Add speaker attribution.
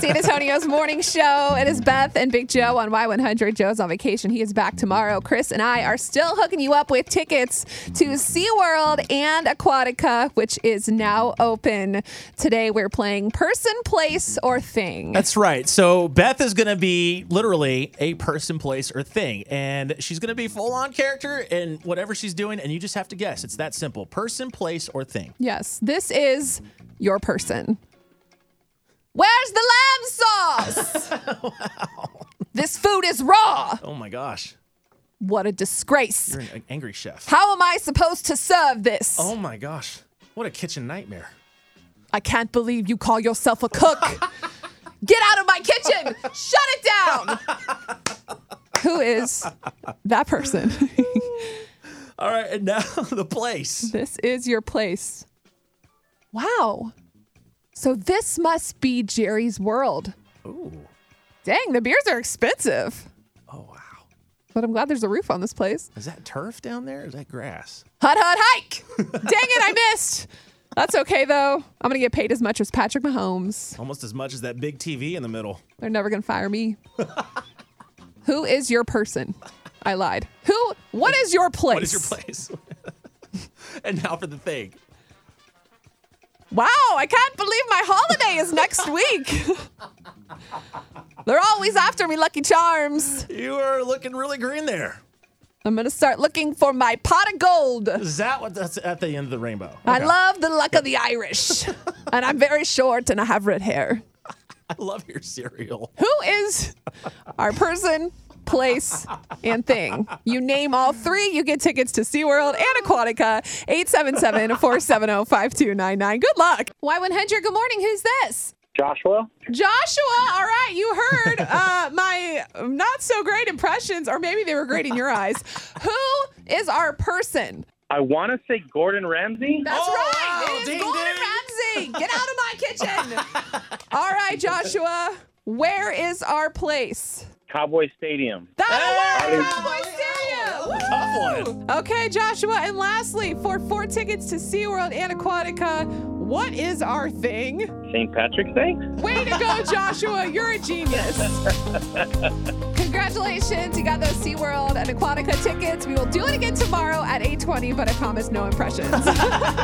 Speaker 1: San Antonio's morning show. It is Beth and Big Joe on Y100. Joe's on vacation. He is back tomorrow. Chris and I are still hooking you up with tickets to SeaWorld and Aquatica, which is now open. Today we're playing person, place, or thing.
Speaker 2: That's right. So Beth is going to be literally a person, place, or thing. And she's going to be full on character in whatever she's doing. And you just have to guess. It's that simple person, place, or thing.
Speaker 1: yes, this is your person. Where's the lamb sauce? This food is raw.
Speaker 2: Oh my gosh.
Speaker 1: What a disgrace.
Speaker 2: You're an angry chef.
Speaker 1: How am I supposed to serve this?
Speaker 2: Oh my gosh. What a kitchen nightmare.
Speaker 1: I can't believe you call yourself a cook. Get out of my kitchen. Shut it down. Who is that person?
Speaker 2: All right. And now the place.
Speaker 1: this is your place. Wow. So this must be Jerry's world.
Speaker 2: Ooh.
Speaker 1: Dang, the beers are expensive.
Speaker 2: Oh, wow.
Speaker 1: But I'm glad there's a roof on this place.
Speaker 2: Is that turf down there? Or is that grass?
Speaker 1: Hut, hut, hike. Dang it, I missed. That's okay, though. I'm going to get paid as much as Patrick Mahomes.
Speaker 2: Almost as much as that big TV in the middle.
Speaker 1: They're never gonna fire me. Who is your person? I lied. Who? What is your place?
Speaker 2: What is your place? and now for the thing.
Speaker 1: Wow, I can't believe my holiday is next week. They're always after me, Lucky Charms.
Speaker 2: You are looking really green there.
Speaker 1: I'm gonna start looking for my pot of gold.
Speaker 2: Is that what that's at the end of the rainbow?
Speaker 1: I
Speaker 2: Okay.
Speaker 1: love the luck of the Irish, and I'm very short and I have red hair.
Speaker 2: I love your cereal.
Speaker 1: Who is our person, place, and thing? You name all three, you get tickets to SeaWorld and Aquatica. 877 470 5299. Good luck. Y100, good morning. Who's this?
Speaker 3: Joshua?
Speaker 1: Joshua. All right, you heard uh, my not so great impressions, or maybe they were great in your eyes. Who is our person?
Speaker 3: I want to say Gordon Ramsay.
Speaker 1: That's
Speaker 2: Oh,
Speaker 1: right.
Speaker 2: wow.
Speaker 1: It is
Speaker 2: Ding,
Speaker 1: Gordon Ramsay. Get out of my kitchen. All right, Joshua. Where is our place?
Speaker 3: Cowboy Stadium.
Speaker 1: That
Speaker 3: Hey!
Speaker 1: worked, Cowboy Stadium. Woo!
Speaker 2: Tough one.
Speaker 1: Okay, Joshua. And lastly, for four tickets to SeaWorld and Aquatica, what is our thing?
Speaker 3: St. Patrick's Day?
Speaker 1: Way to go, Joshua. You're a genius. Congratulations. You got those SeaWorld and Aquatica tickets. We will do it again tomorrow at 820, but I promise no impressions.